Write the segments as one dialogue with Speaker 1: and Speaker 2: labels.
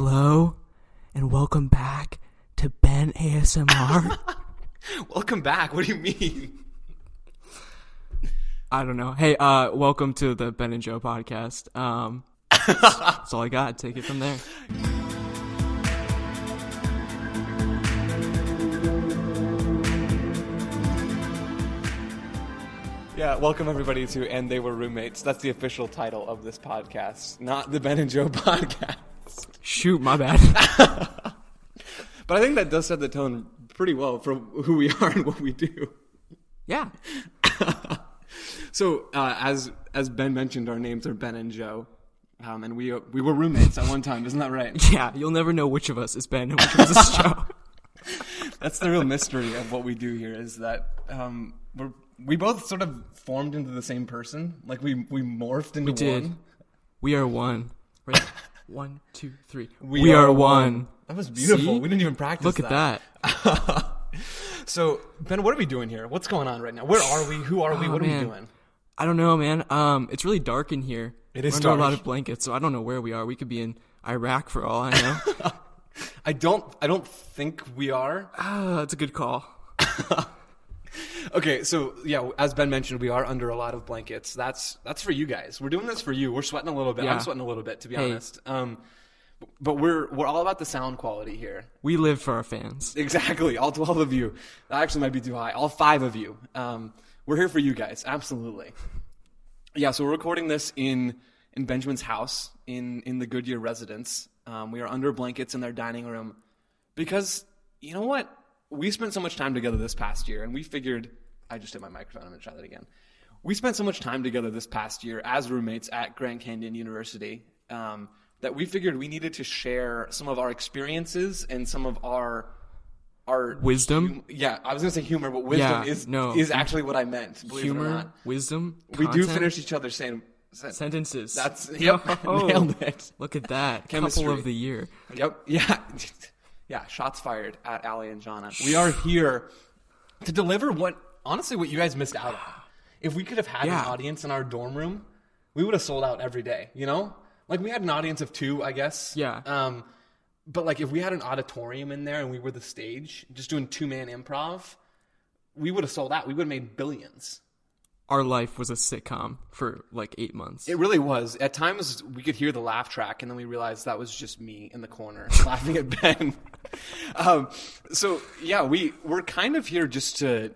Speaker 1: Hello, and welcome back to Ben ASMR.
Speaker 2: Welcome back. What do you mean?
Speaker 1: I don't know. Hey, uh, welcome to the Ben and Joe podcast. Um, that's, that's all I got. Take it from there.
Speaker 2: Yeah, welcome everybody to And They Were Roommates. That's the official title of this podcast, not the Ben and Joe podcast.
Speaker 1: Shoot, my bad.
Speaker 2: But I think that does set the tone pretty well for who we are and what we do.
Speaker 1: yeah,
Speaker 2: So, uh, as as Ben mentioned, our names are Ben and Joe, um, and we we were roommates at one time, isn't that right?
Speaker 1: yeah. You'll never know which of us is Ben and which of us is Joe.
Speaker 2: That's the real mystery of what we do here is that um, we're we both sort of formed into the same person, like we we morphed into
Speaker 1: did.
Speaker 2: one.
Speaker 1: We are one. Right? One, two, three.
Speaker 2: We
Speaker 1: We,
Speaker 2: are
Speaker 1: are,
Speaker 2: one.
Speaker 1: one.
Speaker 2: That was beautiful.
Speaker 1: See?
Speaker 2: We didn't even practice.
Speaker 1: Look at that.
Speaker 2: So, Ben, what are we doing here? What's going on right now? Where are we? Who are we?
Speaker 1: Oh,
Speaker 2: what are
Speaker 1: man.
Speaker 2: we doing?
Speaker 1: I don't know, man. Um, it's really dark in here.
Speaker 2: It is
Speaker 1: We're under a lot
Speaker 2: dark.
Speaker 1: of blankets, so I don't know where we are. We could be in Iraq for all I know.
Speaker 2: I don't I don't think we are.
Speaker 1: Ah, that's a good call.
Speaker 2: Okay, so yeah, as Ben mentioned, we are under a lot of blankets. That's that's for you guys. We're doing this for you. We're sweating a little bit. I'm
Speaker 1: Yeah.
Speaker 2: sweating a little bit to be
Speaker 1: Hey.
Speaker 2: honest. Um but we're we're all about the sound quality here.
Speaker 1: We live for our fans.
Speaker 2: Exactly. All 12 of you. That actually might be too high. All 5 of you. Um we're here for you guys. Absolutely. Yeah, so we're recording this in in Benjamin's house in in the Goodyear residence. Um, we are under blankets in their dining room because you know what? We spent so much time together this past year, and we figured I just hit my microphone. I'm gonna try that again. We spent so much time together this past year as roommates at Grand Canyon University um, that we figured we needed to share some of our experiences and some of our our
Speaker 1: Wisdom?
Speaker 2: hum- yeah, I was gonna say humor, but wisdom
Speaker 1: Yeah,
Speaker 2: is
Speaker 1: no.
Speaker 2: is actually what I meant. Believe it or
Speaker 1: Humor,
Speaker 2: not.
Speaker 1: wisdom.
Speaker 2: We do
Speaker 1: content,
Speaker 2: finish each other's same sen-
Speaker 1: sentences.
Speaker 2: That's yep,
Speaker 1: Oh.
Speaker 2: nailed it.
Speaker 1: Look at that.
Speaker 2: Chemistry.
Speaker 1: Couple of the year.
Speaker 2: Yep, yeah, yeah. Shots fired at Ali and Jana. We are here to deliver what honestly what you guys missed out on. If we could have had
Speaker 1: Yeah.
Speaker 2: an audience in our dorm room, we would have sold out every day. You know, like we had an audience of two, I guess.
Speaker 1: Yeah.
Speaker 2: Um, but like if we had an auditorium in there and we were the stage, just doing two man improv, we would have sold out. We would have made billions.
Speaker 1: Our life was a sitcom for like eight months.
Speaker 2: It really was. At times, we could hear the laugh track, and then we realized that was just me in the corner laughing at Ben. Um, so yeah, we we're kind of here just to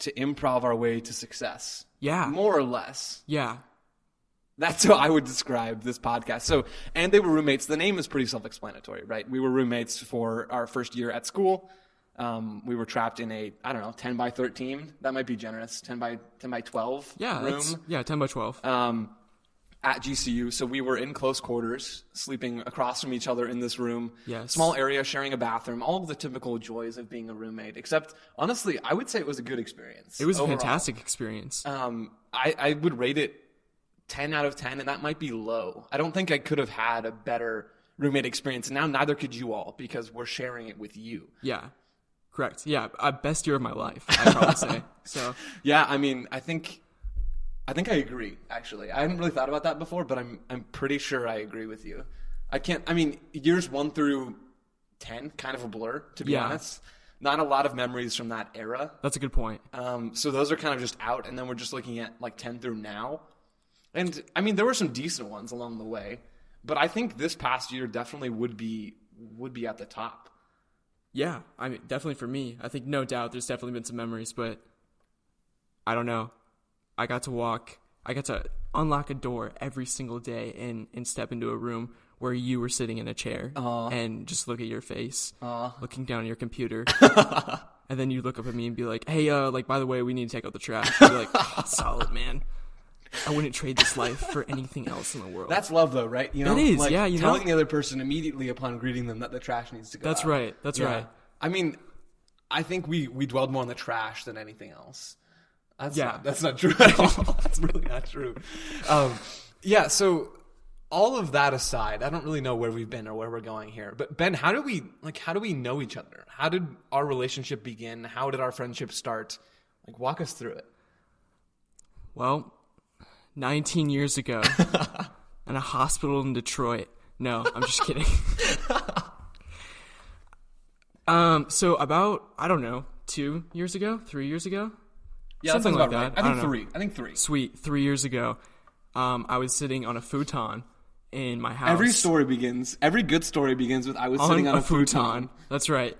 Speaker 2: to improv our way to success.
Speaker 1: Yeah.
Speaker 2: more or less.
Speaker 1: yeah.
Speaker 2: That's how I would describe this podcast. So, and they were roommates. The name is pretty self-explanatory, right? We were roommates for our first year at school. Um, we were trapped in a I don't know ten by thirteen. That might be generous. Ten by ten by twelve.
Speaker 1: Yeah.
Speaker 2: room
Speaker 1: that's- Yeah, 10 by 12.
Speaker 2: um, at GCU. So we were in close quarters, sleeping across from each other in this room.
Speaker 1: Yes.
Speaker 2: Small area, sharing a bathroom, all of the typical joys of being a roommate. Except, honestly, I would say it was a good experience.
Speaker 1: it was a
Speaker 2: overall.
Speaker 1: fantastic experience.
Speaker 2: Um, I, I would rate it 10 out of 10, and that might be low. I don't think I could have had a better roommate experience. Now, neither could you all because we're sharing it with you.
Speaker 1: yeah. Correct. Yeah. Uh, best year of my life, I'd probably say. So,
Speaker 2: Yeah, I mean, I think. I think I agree. Actually, I hadn't really thought about that before, but I'm I'm pretty sure I agree with you. I can't. I mean, years one through ten, kind of a blur, to be
Speaker 1: Yeah.
Speaker 2: honest. Not a lot of memories from that era.
Speaker 1: that's a good point.
Speaker 2: Um, so those are kind of just out, and then we're just looking at like ten through now. And I mean, there were some decent ones along the way, but I think this past year definitely would be would be at the top.
Speaker 1: Yeah, I mean, definitely for me. I think no doubt there's definitely been some memories, but I don't know. I got to walk, I got to unlock a door every single day and, and step into a room where you were sitting in a chair and just look at your face, looking down at your computer. and then you look up at me and be like, hey, uh, like, by the way, we need to take out the trash. You're like, "Oh, solid, man. I wouldn't trade this life for anything else in the world.
Speaker 2: That's love, though, right? You know,
Speaker 1: That is, yeah, you know?
Speaker 2: telling the other person immediately upon greeting them that the trash needs to go.
Speaker 1: That's
Speaker 2: out.
Speaker 1: right. That's
Speaker 2: Yeah.
Speaker 1: right.
Speaker 2: I mean, I think we we dwelled more on the trash than anything else. That's
Speaker 1: Yeah.
Speaker 2: not, that's not true at all. that's really not true. Um, yeah. So all of that aside, I don't really know where we've been or where we're going here. But Ben, how do we like? How do we know each other? How did our relationship begin? How did our friendship start? Like, walk us through it.
Speaker 1: Well, 19 years ago, in a hospital in Detroit, No, I'm just kidding. um, so about I don't know, two years ago, three years ago,
Speaker 2: Yeah,
Speaker 1: Something
Speaker 2: that sounds
Speaker 1: like
Speaker 2: about
Speaker 1: that.
Speaker 2: Right. I
Speaker 1: I
Speaker 2: think
Speaker 1: don't know.
Speaker 2: three. I think three.
Speaker 1: sweet, three years ago, um, I was sitting on a futon in my house.
Speaker 2: Every story begins. Every good story begins with I was sitting on a, futon.
Speaker 1: That's right.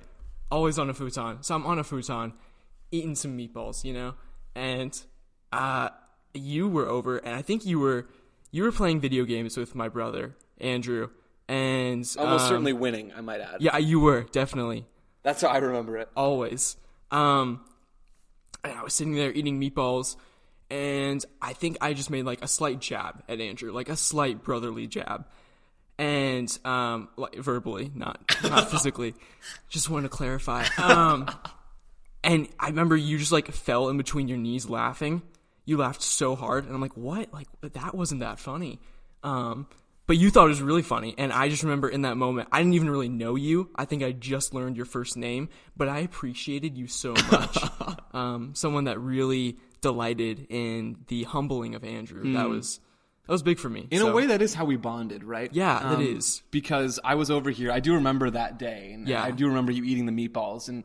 Speaker 1: Always on a futon. So I'm on a futon, eating some meatballs, you know. And uh, you were over, and I think you were you were playing video games with my brother Andrew, and
Speaker 2: Almost
Speaker 1: um,
Speaker 2: certainly winning, I might add.
Speaker 1: yeah, you were definitely
Speaker 2: That's how I remember it.
Speaker 1: always. Um, and I was sitting there eating meatballs, and I think I just made like a slight jab at Andrew, like a slight brotherly jab, and um, like verbally, not not physically. Just wanted to clarify. Um, and I remember you just like fell in between your knees laughing. You laughed so hard, and I'm like, what? Like that wasn't that funny. Um, but you thought it was really funny, and I just remember in that moment, I didn't even really know you. I think I just learned your first name, but I appreciated you so much. um, someone that really delighted in the humbling of Andrew. That was that was big for me.
Speaker 2: In a way, that is how we bonded, right? Um,
Speaker 1: Yeah, that is.
Speaker 2: Because I was over here. I do remember that day. And
Speaker 1: Yeah.
Speaker 2: I do remember you eating the meatballs. And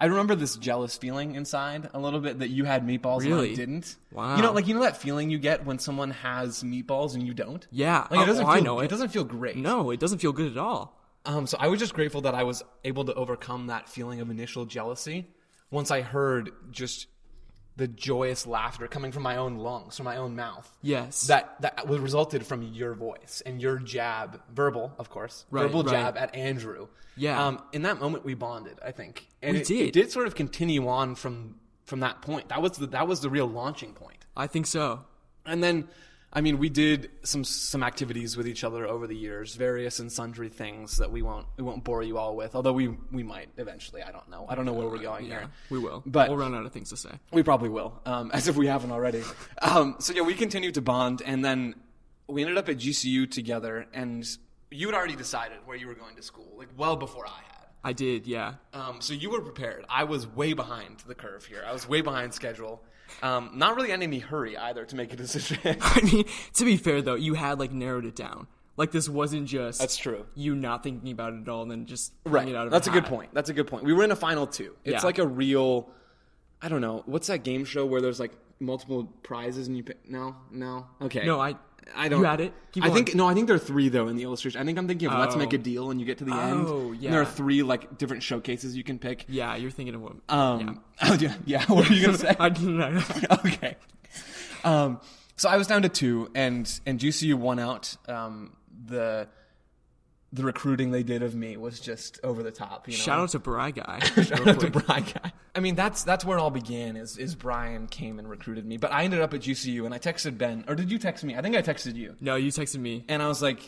Speaker 2: I remember this jealous feeling inside a little bit that you had meatballs and I
Speaker 1: Really?
Speaker 2: didn't.
Speaker 1: Wow.
Speaker 2: You know, like, you know that feeling you get when someone has meatballs and you don't?
Speaker 1: yeah,
Speaker 2: Like,
Speaker 1: oh,
Speaker 2: it doesn't
Speaker 1: I
Speaker 2: feel,
Speaker 1: know
Speaker 2: it.
Speaker 1: it.
Speaker 2: doesn't feel great.
Speaker 1: no, it doesn't feel good at all.
Speaker 2: Um, so I was just grateful that I was able to overcome that feeling of initial jealousy once I heard just the joyous laughter coming from my own lungs, from my own mouth.
Speaker 1: Yes,
Speaker 2: That that was resulted from your voice and your jab, verbal, of course,
Speaker 1: Right,
Speaker 2: verbal
Speaker 1: right.
Speaker 2: jab at Andrew.
Speaker 1: Yeah.
Speaker 2: Um, in that moment, we bonded. I think, and
Speaker 1: We
Speaker 2: it, It
Speaker 1: did.
Speaker 2: did sort of continue on from from that point. That was the that was the real launching point.
Speaker 1: I think so.
Speaker 2: And then, I mean, we did some some activities with each other over the years, various and sundry things that we won't we won't bore you all with. Although we we might eventually. I don't know. I don't know where we're going
Speaker 1: Uh, Yeah,
Speaker 2: here.
Speaker 1: we will.
Speaker 2: But-
Speaker 1: we'll run out of things to say.
Speaker 2: We probably will, um, as if we haven't already. Um, so yeah, we continued to bond, and then we ended up at GCU together. And you had already decided where you were going to school, like well before I had.
Speaker 1: I did, yeah.
Speaker 2: Um, so you were prepared. I was way behind the curve here. I was way behind schedule. Um, not really in any hurry either to make a decision.
Speaker 1: I mean, to be fair though, you had like narrowed it down. Like this wasn't just
Speaker 2: That's true.
Speaker 1: You not thinking about it at all, and then just
Speaker 2: Right.
Speaker 1: It out of
Speaker 2: That's a
Speaker 1: a
Speaker 2: good
Speaker 1: hat.
Speaker 2: point. That's a good point. We were in a final two. It's
Speaker 1: Yeah.
Speaker 2: like a real, I don't know, what's that game show where there's like multiple prizes and you pick? No, no, okay.
Speaker 1: No, I-
Speaker 2: I don't.
Speaker 1: you had it. Keep
Speaker 2: I
Speaker 1: going.
Speaker 2: think no. I think there are three though in the illustration. I think I'm thinking of let's make a
Speaker 1: Oh.
Speaker 2: deal, and you get to the
Speaker 1: Oh,
Speaker 2: end. And there
Speaker 1: yeah.
Speaker 2: are three like different showcases you can pick.
Speaker 1: Yeah, you're thinking of what?
Speaker 2: Um, oh, yeah. yeah. What are you gonna say?
Speaker 1: I don't know.
Speaker 2: okay. Um, so I was down to two, and and GCU won out. Um, the the recruiting they did of me was just over the top. You know?
Speaker 1: Shout out to Bry guy.
Speaker 2: Shout out to Brian. I mean, that's that's where it all began. Is is Brian came and recruited me, but I ended up at GCU, and I texted Ben, or did you text me? I think I texted you,
Speaker 1: no, you texted me.
Speaker 2: and I was like,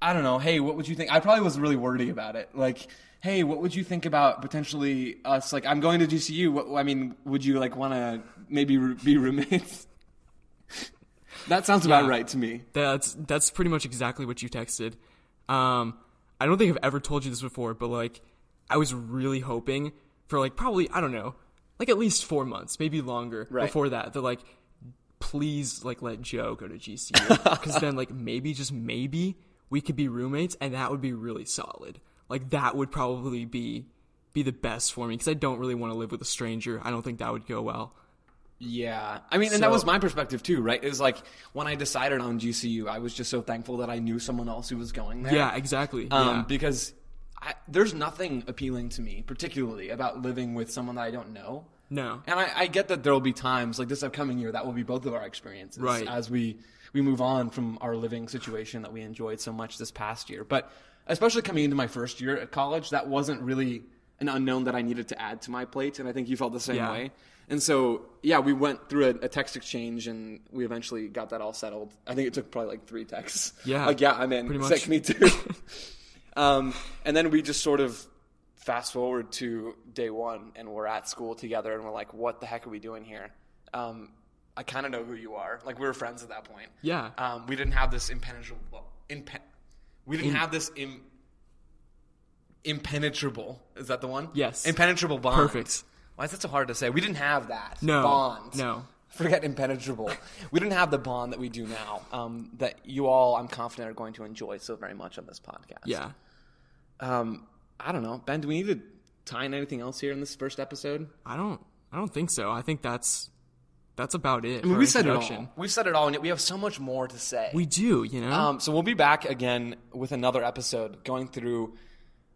Speaker 2: I don't know, hey, what would you think? I probably was really wordy about it, like. Hey, what would you think about potentially us? Like, I'm going to GCU. What, I mean, would you like want to maybe re- be roommates? that sounds about
Speaker 1: Yeah.
Speaker 2: right to me.
Speaker 1: That's that's pretty much exactly what you texted. Um, I don't think I've ever told you this before, but like, I was really hoping for like probably I don't know, like at least four months, maybe longer
Speaker 2: Right.
Speaker 1: before that. That like, please like let Joe go to GCU because then like maybe just maybe we could be roommates and that would be really solid. Like that would probably be be the best for me because I don't really want to live with a stranger. I don't think that would go well.
Speaker 2: Yeah. I mean, and that was
Speaker 1: So-
Speaker 2: my perspective too, right? It was like when I decided on GCU, I was just so thankful that I knew someone else who was going there.
Speaker 1: Yeah, exactly.
Speaker 2: Um,
Speaker 1: yeah.
Speaker 2: Because I, there's nothing appealing to me, particularly about living with someone that I don't know.
Speaker 1: No.
Speaker 2: And I, I get that there will be times like this upcoming year that will be both of our experiences
Speaker 1: Right.
Speaker 2: as we we move on from our living situation that we enjoyed so much this past year. But especially coming into my first year at college, that wasn't really an unknown that I needed to add to my plate, and I think you felt the same
Speaker 1: Yeah.
Speaker 2: way. And so, yeah, we went through a, a text exchange, and we eventually got that all settled. I think it took probably like three texts.
Speaker 1: Yeah.
Speaker 2: like yeah, I'm in.
Speaker 1: Pretty
Speaker 2: It's
Speaker 1: much.
Speaker 2: like, me too. um, and then we just sort of fast forward to day one, and we're at school together, and we're like, "What the heck are we doing here?" Um, I kind of know who you are. Like we were friends at that point.
Speaker 1: Yeah.
Speaker 2: Um, we didn't have this impenetrable. Impen- we didn't have this Im- impenetrable. Is that the one?
Speaker 1: Yes.
Speaker 2: Impenetrable bond.
Speaker 1: Perfect.
Speaker 2: Why is that so hard to say? We didn't have that
Speaker 1: No.
Speaker 2: bond.
Speaker 1: No.
Speaker 2: forget impenetrable. we didn't have the bond that we do now. Um, that you all, I'm confident, are going to enjoy so very much on this podcast.
Speaker 1: Yeah.
Speaker 2: Um, I don't know, Ben. Do we need to tie in anything else here in this first episode?
Speaker 1: I don't. I don't think so. I think that's that's about it.
Speaker 2: I mean,
Speaker 1: for
Speaker 2: we said it
Speaker 1: introduction.
Speaker 2: all. We've said it all, and yet we have so much more to say.
Speaker 1: We do. You know.
Speaker 2: Um, so we'll be back again with another episode going through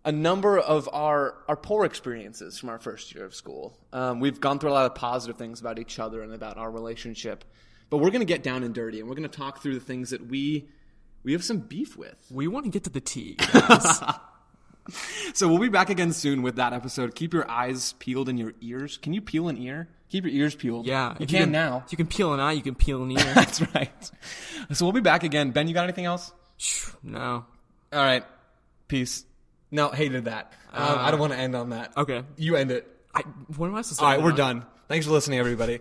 Speaker 2: a number of our, our poor experiences from our first year of school. Um, we've gone through a lot of positive things about each other and about our relationship, but we're going to get down and dirty and we're going to talk through the things that we we have some beef with.
Speaker 1: we want to get to the tea. guys.
Speaker 2: So we'll be back again soon with that episode. Keep your eyes peeled and your ears. Can you peel an ear? Keep your ears peeled.
Speaker 1: yeah.
Speaker 2: you
Speaker 1: if
Speaker 2: can, now.
Speaker 1: If you can peel an eye. You can peel an ear.
Speaker 2: That's right. So we'll be back again. Ben, you got anything else?
Speaker 1: Phew, no.
Speaker 2: All right. Peace. No, hated that. Um, I don't want to end on that.
Speaker 1: Okay.
Speaker 2: You end it.
Speaker 1: I, what am I supposed to?
Speaker 2: All right,
Speaker 1: do
Speaker 2: we're
Speaker 1: now?
Speaker 2: done. Thanks for listening, everybody.